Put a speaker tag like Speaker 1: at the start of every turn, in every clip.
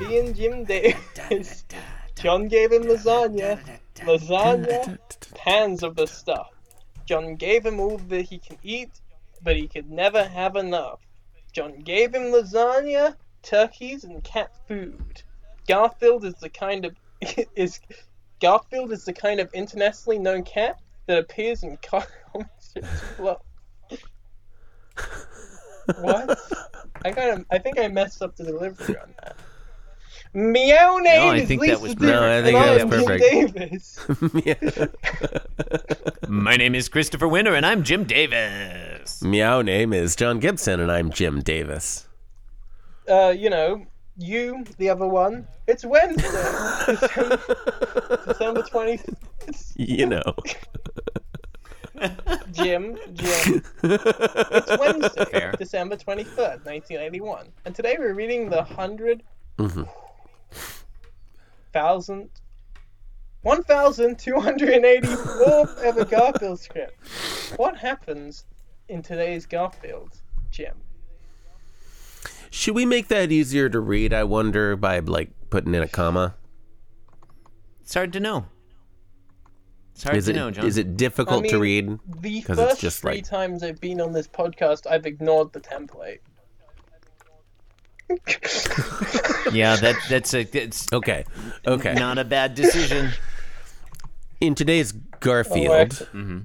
Speaker 1: him gym days. John gave him lasagna. Lasagna, pans of the stuff. John gave him all that he can eat, but he could never have enough. John gave him lasagna, turkeys, and cat food. Garfield is the kind of is Garfield is the kind of internationally known cat that appears in comics as well. What? I kind of I think I messed up the delivery on that. Meow name
Speaker 2: No, I
Speaker 1: is
Speaker 2: think
Speaker 1: Lisa
Speaker 2: that was-
Speaker 1: Davis,
Speaker 3: no, I think
Speaker 1: and
Speaker 3: that
Speaker 1: am
Speaker 3: was
Speaker 1: Jim
Speaker 3: perfect.
Speaker 1: Davis.
Speaker 2: My name is Christopher Winter, and I'm Jim Davis.
Speaker 3: Meow name is John Gibson, and I'm Jim Davis.
Speaker 1: Uh, you know, you, the other one. It's Wednesday, December, December 20th.
Speaker 3: You know.
Speaker 1: Jim, Jim. It's Wednesday,
Speaker 2: Fair.
Speaker 1: December 23rd, 1981. And today we're reading the 100...
Speaker 3: Mm-hmm.
Speaker 1: 1,000... 1,284th ever Garfield script. What happens in today's Garfield, Jim?
Speaker 3: Should we make that easier to read, I wonder, by like putting in a comma?
Speaker 2: It's hard to know. It's hard
Speaker 3: is
Speaker 2: to
Speaker 3: it
Speaker 2: know, John.
Speaker 3: is it difficult
Speaker 1: I
Speaker 3: to
Speaker 1: mean,
Speaker 3: read?
Speaker 1: The
Speaker 3: 'Cause
Speaker 1: first
Speaker 3: it's just
Speaker 1: three
Speaker 3: like-
Speaker 1: times I've been on this podcast, I've ignored the template.
Speaker 2: Yeah, that that's a it's
Speaker 3: Okay. Okay.
Speaker 2: not a bad decision.
Speaker 3: In today's Garfield,
Speaker 2: Mm-hmm.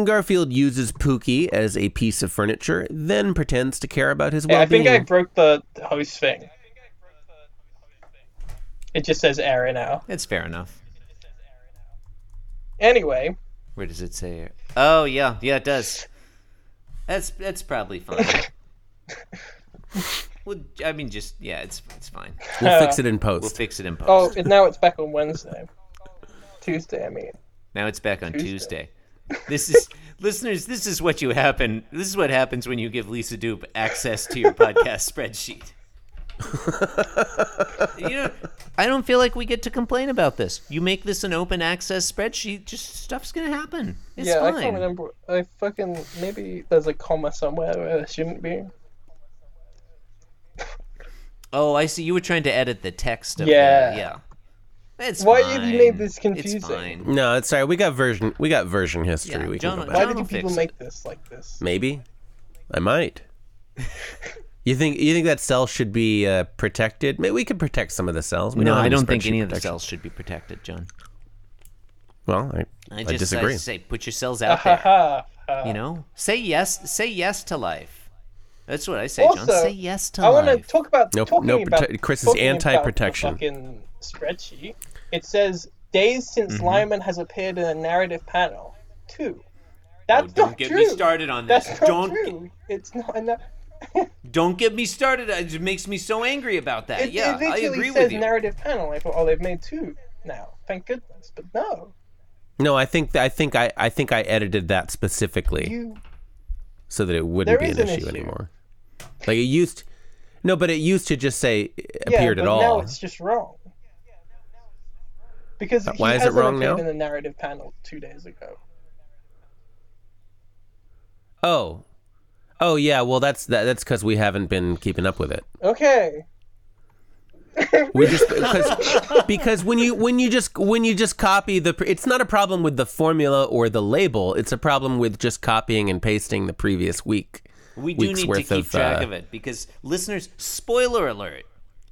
Speaker 3: uh, Garfield uses Pookie as a piece of furniture, then pretends to care about his
Speaker 1: Hey, I
Speaker 3: well-being.
Speaker 1: think I
Speaker 2: hmm.
Speaker 1: broke the host thing. It just says error now.
Speaker 2: That's fair enough.
Speaker 1: Anyway,
Speaker 2: Where does it say? it? Oh yeah, yeah it does. That's that's probably fine. well, I mean, just yeah, it's it's fine.
Speaker 3: We'll fix
Speaker 1: uh,
Speaker 3: it in post.
Speaker 2: We'll fix it in post.
Speaker 1: oh, it, now it's back on Wednesday. Tuesday, I mean.
Speaker 2: Now it's back on Tuesday. This is listeners. This is what you happen. This is what happens when you give Lisa Dupe access to your podcast spreadsheet. you know, I don't feel like we get to complain about this. You make this an open access spreadsheet, just stuff's gonna happen. It's
Speaker 1: yeah, I can't
Speaker 2: fine.
Speaker 1: remember. I fucking maybe there's a comma somewhere where there shouldn't be.
Speaker 2: oh, I see. You were trying to edit the text. Of
Speaker 1: Yeah.
Speaker 2: The, yeah. It's
Speaker 1: Why
Speaker 2: fine.
Speaker 1: have you made this
Speaker 2: It's
Speaker 1: confusing?
Speaker 2: fine.
Speaker 3: no, it's sorry. We got version. We got version history.
Speaker 2: Yeah,
Speaker 3: we
Speaker 2: John-
Speaker 3: can go
Speaker 1: Why
Speaker 3: back.
Speaker 2: John
Speaker 1: do
Speaker 2: will
Speaker 1: people
Speaker 2: fix
Speaker 1: make this like this?
Speaker 3: Maybe. I might. you think you think that cell should be uh, protected? Maybe we could protect some of the cells. We
Speaker 2: No,
Speaker 3: know how
Speaker 2: I
Speaker 3: to do
Speaker 2: don't think
Speaker 3: spreadsheet
Speaker 2: any of the
Speaker 3: protection.
Speaker 2: cells should be protected, John.
Speaker 3: Well, I,
Speaker 2: I
Speaker 3: I
Speaker 2: just
Speaker 3: disagree.
Speaker 2: I say put your cells out there.
Speaker 1: Haha.
Speaker 2: You know, say yes. Say yes to life. That's what I say, John.
Speaker 1: Also,
Speaker 2: Say yes to
Speaker 1: I want to
Speaker 2: life.
Speaker 1: talk about
Speaker 3: No-
Speaker 1: talking
Speaker 3: no
Speaker 1: about
Speaker 3: prote- Chris is
Speaker 1: talking
Speaker 3: anti-protection.
Speaker 1: About the fucking spreadsheet. It says days since
Speaker 3: Mm-hmm.
Speaker 1: Lyman has appeared in a narrative panel. Two. That's
Speaker 2: don't
Speaker 1: not
Speaker 2: get
Speaker 1: true.
Speaker 2: me started on this.
Speaker 1: That's not
Speaker 2: Don't-
Speaker 1: true. It's not. enough.
Speaker 2: Don't get me started. It just makes me so angry about that.
Speaker 1: It,
Speaker 2: yeah,
Speaker 1: it
Speaker 2: I
Speaker 1: literally
Speaker 2: agree
Speaker 1: says
Speaker 2: with you.
Speaker 1: narrative panel. I thought, oh, they've made two now. Thank goodness. But no,
Speaker 3: No, I think I think I, I think I edited that specifically
Speaker 1: you.
Speaker 3: so that it
Speaker 1: There
Speaker 3: wouldn't be
Speaker 1: is
Speaker 3: an,
Speaker 1: an
Speaker 3: issue,
Speaker 1: issue.
Speaker 3: anymore. Like it used, no, but it used to just say uh,
Speaker 1: Yeah,
Speaker 3: appeared
Speaker 1: but
Speaker 3: at all.
Speaker 1: now it's just wrong. Because he
Speaker 3: Uh, why is it
Speaker 1: hasn't
Speaker 3: wrong
Speaker 1: appeared
Speaker 3: now?
Speaker 1: in the narrative panel two days ago.
Speaker 3: Oh, oh yeah. Well, that's that, that's because we haven't been keeping up with it.
Speaker 1: Okay.
Speaker 3: We just because because when you when you just when you just copy the pre- it's not a problem with the formula or the label. It's a problem with just copying and pasting the previous week.
Speaker 2: we do
Speaker 3: week's
Speaker 2: need to
Speaker 3: worth
Speaker 2: keep
Speaker 3: of,
Speaker 2: track
Speaker 3: uh,
Speaker 2: of it because listeners, spoiler alert,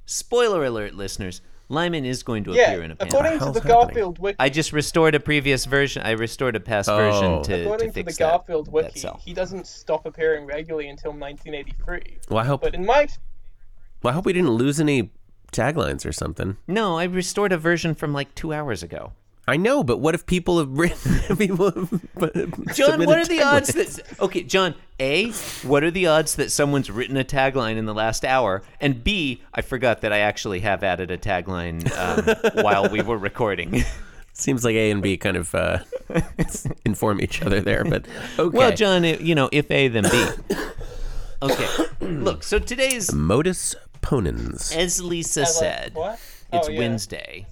Speaker 2: spoiler alert, listeners, Lyman is going to appear in
Speaker 1: Yeah.
Speaker 2: a panel.
Speaker 1: According to
Speaker 3: hell's
Speaker 1: the
Speaker 3: happening?
Speaker 1: Garfield wiki,
Speaker 2: I just restored a previous version. I restored a past
Speaker 3: Oh.
Speaker 2: version to,
Speaker 1: According
Speaker 2: to
Speaker 1: to the
Speaker 2: fix that-
Speaker 1: Garfield
Speaker 2: that,
Speaker 1: wiki,
Speaker 2: cell.
Speaker 1: he doesn't stop appearing regularly until 1983.
Speaker 3: Well, I hope
Speaker 1: But in my ex-
Speaker 3: well, I hope we didn't lose any taglines or something.
Speaker 2: No, I restored a version from like two hours ago.
Speaker 3: I know, but what if people have written people have but-
Speaker 2: John,
Speaker 3: submitted
Speaker 2: what are the
Speaker 3: taglines?
Speaker 2: odds that okay, John, A, what are the odds that someone's written a tagline in the last hour? And B, I forgot that I actually have added a tagline um, while we were recording.
Speaker 3: Seems like A and B kind of uh, inform each other there, but okay.
Speaker 2: Well, John, i- you know, if A, then B. Okay, look. So today's,
Speaker 3: modus ponens.
Speaker 2: as Lisa
Speaker 1: I was like,
Speaker 2: said,
Speaker 1: what?
Speaker 2: it's
Speaker 1: oh, yeah.
Speaker 2: Wednesday.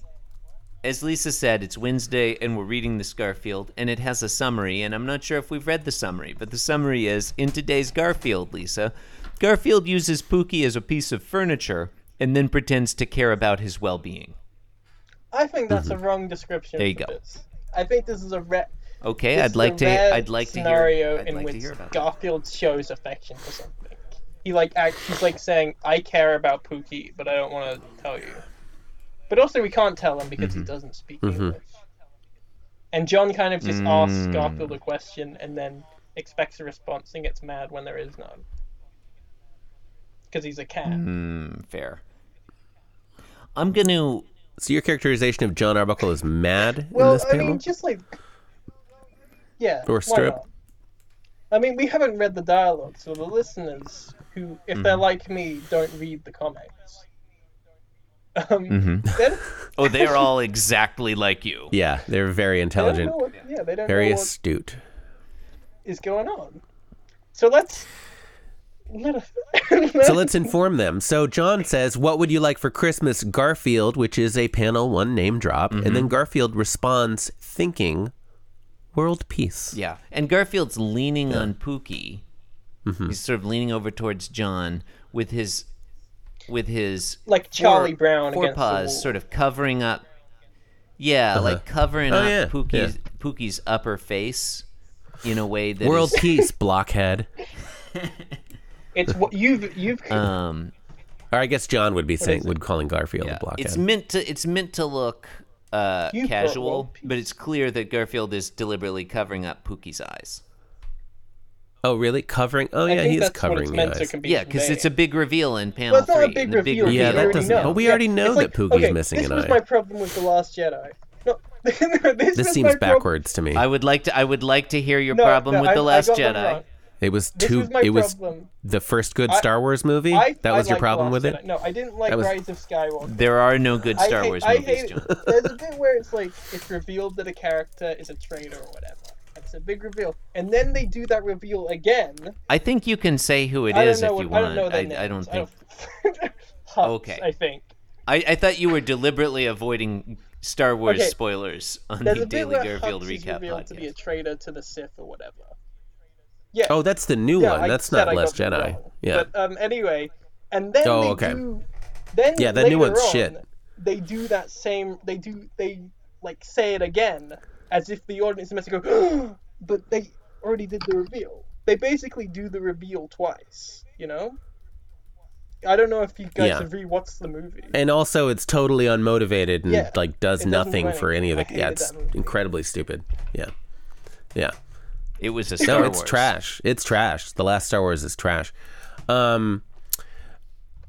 Speaker 2: As Lisa said, it's Wednesday, and we're reading this Garfield, and it has a summary, and I'm not sure if we've read the summary, but the summary is In today's Garfield, Lisa, Garfield uses Pookie as a piece of furniture, and then pretends to care about his well-being.
Speaker 1: I think that's a wrong description.
Speaker 2: Mm-hmm. There
Speaker 1: for
Speaker 2: you go.
Speaker 1: This. I think this is a re-
Speaker 2: Okay,
Speaker 1: this
Speaker 2: I'd
Speaker 1: is a
Speaker 2: like to.
Speaker 1: rare
Speaker 2: I'd like to
Speaker 1: scenario
Speaker 2: hear. I'd
Speaker 1: in
Speaker 2: like
Speaker 1: which
Speaker 2: to hear about. it.
Speaker 1: Garfield shows affection for something. He like act, he's like saying, "I care about Pookie, but I don't want to tell you." But also, we can't tell him because he
Speaker 2: Mm-hmm.
Speaker 1: doesn't speak English. And John kind of just asks
Speaker 2: Mm.
Speaker 1: Garfield a question and then expects a response and gets mad when there is none. Because he's a cat.
Speaker 2: Mm, fair. I'm gonna.
Speaker 3: So your characterization of John Arbuckle is mad in
Speaker 1: Well,
Speaker 3: this
Speaker 1: I
Speaker 3: panel.
Speaker 1: mean, just like, yeah,
Speaker 3: Or
Speaker 1: why
Speaker 3: strip.
Speaker 1: not? I mean, we haven't read the dialogue, so the listeners who, if they're
Speaker 3: Mm-hmm.
Speaker 1: like me, don't read the comics. Um,
Speaker 3: Mm-hmm.
Speaker 1: then,
Speaker 2: Oh, they're all exactly like you.
Speaker 3: yeah, they're very
Speaker 1: they don't
Speaker 3: intelligent,
Speaker 1: know what, yeah, they don't
Speaker 3: very
Speaker 1: know what
Speaker 3: astute.
Speaker 1: is going on. So let's let us.
Speaker 3: So let's inform them. So John says, "What would you like for Christmas, Garfield?" Which is a panel one name drop,
Speaker 2: Mm-hmm.
Speaker 3: and then Garfield responds, thinking, "World peace."
Speaker 2: Yeah, and Garfield's leaning on Pookie.
Speaker 3: Mm-hmm.
Speaker 2: He's sort of leaning over towards John with his with his
Speaker 1: like Charlie
Speaker 2: fore-
Speaker 1: Brown against the wall.
Speaker 2: forepaws sort of covering up. Yeah, like covering
Speaker 3: Oh,
Speaker 2: up
Speaker 3: yeah,
Speaker 2: Pookie's Pookie's upper face in a way that
Speaker 3: World
Speaker 2: is,
Speaker 3: peace, blockhead.
Speaker 1: It's what you've you've
Speaker 3: Uh,
Speaker 2: um
Speaker 3: Or I guess John would be saying
Speaker 1: is it?
Speaker 3: would calling Garfield a blockhead.
Speaker 2: it's meant to it's meant to look uh,
Speaker 1: You've got
Speaker 2: casual,
Speaker 1: world peace.
Speaker 2: but it's clear that Garfield is deliberately covering up Pookie's eyes.
Speaker 3: oh, really? Covering? Oh,
Speaker 1: I
Speaker 3: yeah,
Speaker 1: think
Speaker 3: he is
Speaker 1: that's what
Speaker 3: covering
Speaker 1: it's
Speaker 3: the
Speaker 1: meant to
Speaker 3: eyes.
Speaker 1: can be
Speaker 2: Yeah, because it's a
Speaker 1: conveying.
Speaker 2: big reveal in panel
Speaker 1: Well, it's not a
Speaker 2: three.
Speaker 1: big
Speaker 2: and the
Speaker 1: reveal.
Speaker 3: reveal. Yeah,
Speaker 1: we
Speaker 3: that
Speaker 1: already
Speaker 3: doesn't-
Speaker 1: Know.
Speaker 3: but we already
Speaker 1: It's
Speaker 3: know
Speaker 1: like,
Speaker 3: that Poogie's
Speaker 1: okay,
Speaker 3: missing
Speaker 1: this
Speaker 3: an
Speaker 1: was
Speaker 3: eye.
Speaker 1: my problem with the Last Jedi. No, this,
Speaker 3: This
Speaker 1: was
Speaker 3: seems
Speaker 1: my prob-
Speaker 3: backwards to me.
Speaker 2: I would like to. I would like to hear your
Speaker 1: No,
Speaker 2: problem
Speaker 1: no,
Speaker 2: with
Speaker 1: I-
Speaker 2: the
Speaker 1: I
Speaker 2: Last
Speaker 1: got that
Speaker 2: Jedi.
Speaker 1: wrong.
Speaker 3: it was
Speaker 1: This
Speaker 3: too.
Speaker 1: was my
Speaker 3: it was
Speaker 1: problem.
Speaker 3: the first good Star Wars movie.
Speaker 1: I,
Speaker 3: that was
Speaker 1: I
Speaker 3: your
Speaker 1: liked
Speaker 3: problem
Speaker 1: Last
Speaker 3: with
Speaker 1: Jedi.
Speaker 3: it.
Speaker 1: No, I didn't like
Speaker 3: That was-
Speaker 1: Rise of Skywalker.
Speaker 2: There are no good Star
Speaker 1: I hate,
Speaker 2: Wars
Speaker 1: I
Speaker 2: movies,
Speaker 1: hate,
Speaker 2: John.
Speaker 1: There's a bit where it's like it's revealed that a character is a traitor or whatever. That's a big reveal, and then they do that reveal again.
Speaker 2: I think you can say who it
Speaker 1: I
Speaker 2: is
Speaker 1: don't
Speaker 2: if
Speaker 1: know
Speaker 2: you
Speaker 1: what
Speaker 2: want.
Speaker 1: I don't know their names.
Speaker 2: I, don't think.
Speaker 1: think. Hux,
Speaker 2: Okay.
Speaker 1: I think.
Speaker 2: I, I thought you were deliberately avoiding Star Wars
Speaker 1: Okay.
Speaker 2: spoilers on
Speaker 1: There's
Speaker 2: the
Speaker 1: a bit
Speaker 2: Daily
Speaker 1: where
Speaker 2: Garfield
Speaker 1: Hux is
Speaker 2: recap
Speaker 1: revealed to be a
Speaker 2: podcast.
Speaker 1: traitor to the Sith or whatever. Yeah.
Speaker 3: Oh, that's the new
Speaker 1: yeah,
Speaker 3: one.
Speaker 1: I
Speaker 3: that's
Speaker 1: said
Speaker 3: not
Speaker 1: I got
Speaker 3: Last
Speaker 1: them
Speaker 3: Jedi.
Speaker 1: wrong.
Speaker 3: Yeah.
Speaker 1: But um, anyway, and then
Speaker 3: Oh,
Speaker 1: they
Speaker 3: okay.
Speaker 1: do. Then
Speaker 3: Yeah, that new
Speaker 1: later
Speaker 3: one's
Speaker 1: on,
Speaker 3: shit.
Speaker 1: They do that same. They do. They like say it again, as if the audience is meant to go. but they already did the reveal. They basically do the reveal twice. You know. I don't know if you guys
Speaker 3: Yeah.
Speaker 1: have rewatched the movie.
Speaker 3: and also, it's totally unmotivated and
Speaker 1: Yeah.
Speaker 3: like does
Speaker 1: It doesn't
Speaker 3: nothing
Speaker 1: do
Speaker 3: for any of the.
Speaker 1: anything. I
Speaker 3: Yeah,
Speaker 1: hated
Speaker 3: it's
Speaker 1: that movie.
Speaker 3: incredibly stupid. Yeah, yeah.
Speaker 2: It was a
Speaker 3: No,
Speaker 2: Star
Speaker 3: it's
Speaker 2: Wars.
Speaker 3: trash. It's trash. The last Star Wars is trash. Um.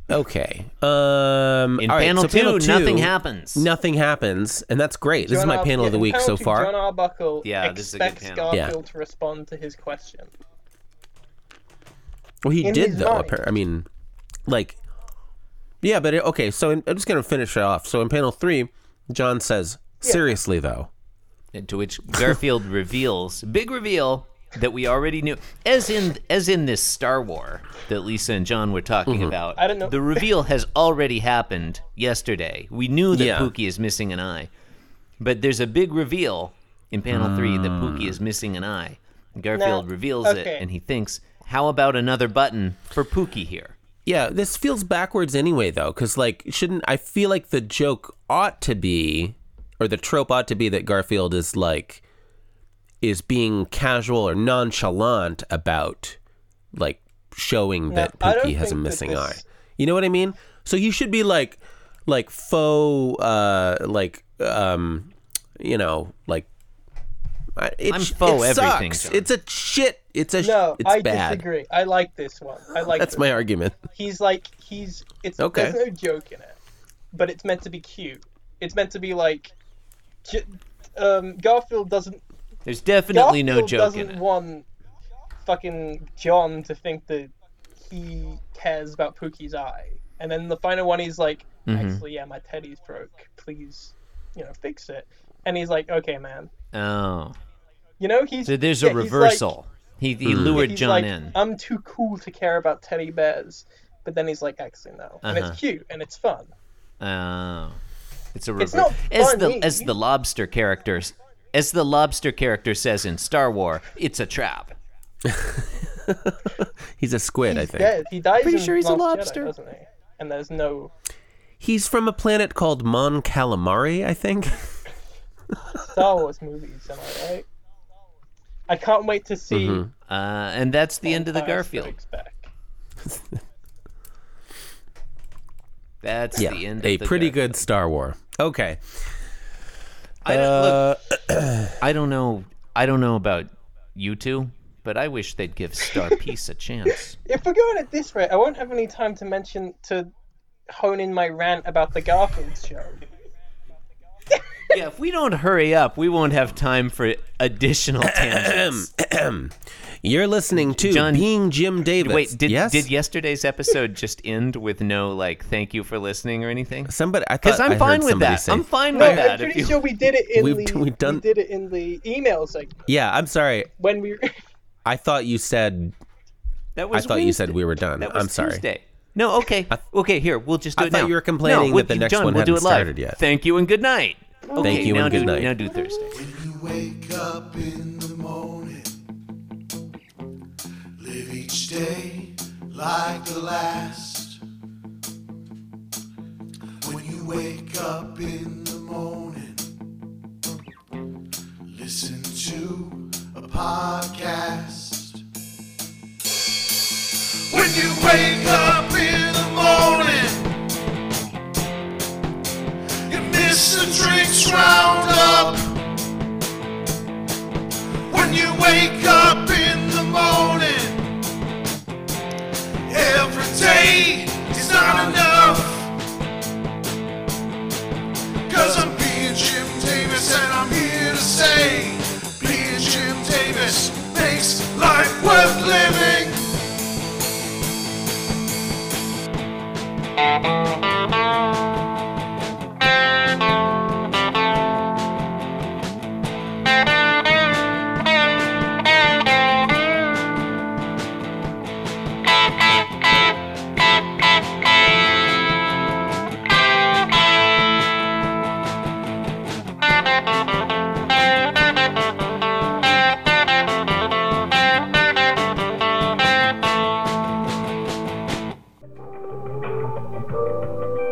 Speaker 3: Okay. Um.
Speaker 2: In
Speaker 3: all right,
Speaker 2: panel,
Speaker 3: so
Speaker 2: two,
Speaker 3: panel two,
Speaker 2: nothing happens.
Speaker 3: Nothing happens, and that's great. This is
Speaker 1: John
Speaker 3: my
Speaker 1: Ar-
Speaker 3: panel of the
Speaker 1: yeah,
Speaker 3: week so
Speaker 1: apparently John
Speaker 3: far.
Speaker 1: Arbuckle
Speaker 2: Yeah, this is a good
Speaker 1: expects
Speaker 2: panel.
Speaker 1: Garfield
Speaker 3: Yeah.
Speaker 1: to respond to his question.
Speaker 3: Well, he
Speaker 1: in
Speaker 3: did
Speaker 1: his
Speaker 3: though.
Speaker 1: mind.
Speaker 3: appar- I mean, like, yeah, but it, okay. So in, I'm just gonna finish it off. So in panel three, John says, "Seriously though."
Speaker 2: And to which Garfield reveals big reveal that we already knew as in as in this Star War that Lisa and John were talking about
Speaker 1: I don't know-
Speaker 2: the reveal has already happened yesterday we knew that
Speaker 3: Yeah.
Speaker 2: Pookie is missing an eye but there's a big reveal in panel 3 that Pookie is missing an eye Garfield
Speaker 1: Now-
Speaker 2: reveals
Speaker 1: okay.
Speaker 2: it and he thinks how about another button for Pookie here
Speaker 3: Yeah, this feels backwards anyway, though, because like, shouldn't I feel like the joke ought to be, or the trope ought to be that Garfield is like, is being casual or nonchalant about, like, showing that
Speaker 1: I don't
Speaker 3: Pookie has a
Speaker 1: think that
Speaker 3: missing
Speaker 1: this-
Speaker 3: eye. You know what I mean? So you should be like, like faux, uh, like, um, you know, like. I- It,
Speaker 2: I'm
Speaker 3: sh-
Speaker 2: faux
Speaker 3: it
Speaker 2: everything,
Speaker 3: sucks.
Speaker 2: John.
Speaker 3: It's a shit. It's a. sh-
Speaker 1: No,
Speaker 3: it's
Speaker 1: I
Speaker 3: bad.
Speaker 1: disagree. I like this one. I like
Speaker 3: That's
Speaker 1: this.
Speaker 3: my argument.
Speaker 1: He's like he's it's
Speaker 3: Okay.
Speaker 1: there's no joke in it, but it's meant to be cute. It's meant to be like, j- um, Garfield doesn't
Speaker 2: there's definitely
Speaker 1: Garfield
Speaker 2: no joke
Speaker 1: doesn't
Speaker 2: in it
Speaker 1: want fucking John to think that he cares about Pookie's eye, and then the final one he's like,
Speaker 2: Mm-hmm.
Speaker 1: actually, yeah, my teddy's broke. Please, you know, fix it. And he's like, okay, man.
Speaker 2: oh
Speaker 1: You know, he's
Speaker 2: so there's
Speaker 1: yeah,
Speaker 2: a
Speaker 1: he's like-
Speaker 2: reversal he, he lured
Speaker 1: he's
Speaker 2: John
Speaker 1: like,
Speaker 2: in
Speaker 1: I'm too cool to care about teddy bears. But then he's like, actually, no. And
Speaker 2: Uh-huh.
Speaker 1: it's cute and it's fun.
Speaker 2: Oh, it's a
Speaker 1: It's
Speaker 2: reverse.
Speaker 1: not
Speaker 2: as the
Speaker 1: funny.
Speaker 2: as the lobster characters, as the lobster character says in Star War, it's a trap.
Speaker 3: He's a squid, I think.
Speaker 1: Dead. He dies
Speaker 2: Pretty
Speaker 1: in
Speaker 2: sure he's a
Speaker 1: Last Jedi,
Speaker 2: lobster.
Speaker 1: doesn't he? And there's no.
Speaker 3: He's from a planet called Mon Calamari, I think.
Speaker 1: Star Wars movies, am I right? I can't wait to see
Speaker 2: Uh, and that's the end of the
Speaker 1: Empire
Speaker 2: Garfield.
Speaker 1: Strikes Back.
Speaker 2: That's the end.
Speaker 3: a
Speaker 2: of the
Speaker 3: pretty
Speaker 2: Garfield.
Speaker 3: good Star War. Okay.
Speaker 2: I don't, look,
Speaker 3: Uh,
Speaker 2: I don't know. I don't know about you two, but I wish they'd give Star Peace a chance.
Speaker 1: If we're going at this rate, I won't have any time to mention to hone in my rant about the Garfield show.
Speaker 2: Yeah, if we don't hurry up, we won't have time for additional tangents.
Speaker 3: you're listening to
Speaker 2: John-
Speaker 3: Being Jim Davis.
Speaker 2: Wait, did
Speaker 3: yes?
Speaker 2: did yesterday's episode just end with no like thank you for listening or anything?
Speaker 3: Somebody, I thought
Speaker 2: Because I'm
Speaker 3: I
Speaker 2: fine
Speaker 3: heard
Speaker 2: with
Speaker 3: somebody
Speaker 2: that.
Speaker 3: say-
Speaker 2: I'm fine
Speaker 1: No,
Speaker 2: with
Speaker 1: I'm
Speaker 2: that. if
Speaker 1: pretty
Speaker 2: you-
Speaker 1: sure we did it in
Speaker 3: We've-
Speaker 1: the
Speaker 3: we've done-
Speaker 1: we did it in the email segment
Speaker 3: Yeah, I'm sorry.
Speaker 1: when we
Speaker 3: I thought you said.
Speaker 2: that
Speaker 3: I
Speaker 2: was
Speaker 3: thought you said
Speaker 2: Wednesday.
Speaker 3: we were done.
Speaker 2: That was
Speaker 3: I'm sorry.
Speaker 2: Tuesday. No, okay, okay. Here, we'll just do
Speaker 3: I
Speaker 2: it
Speaker 3: thought
Speaker 2: now.
Speaker 3: you were complaining
Speaker 2: no, with-
Speaker 3: that the next
Speaker 2: John,
Speaker 3: one
Speaker 2: we'll do it
Speaker 3: hadn't
Speaker 2: live.
Speaker 3: started yet.
Speaker 2: Thank you and good night. Okay,
Speaker 3: you and
Speaker 2: now
Speaker 3: good
Speaker 2: do,
Speaker 3: night.
Speaker 2: Now do Thursday.
Speaker 4: You wake up in the morning, live each day like the last. When you wake up in the morning, listen to a podcast. When you wake up in the morning, you miss the drinks roundup. When you wake up in the morning, every day is not enough. Cause I'm being Jim Davis and I'm here to say, being Jim Davis makes life worth living.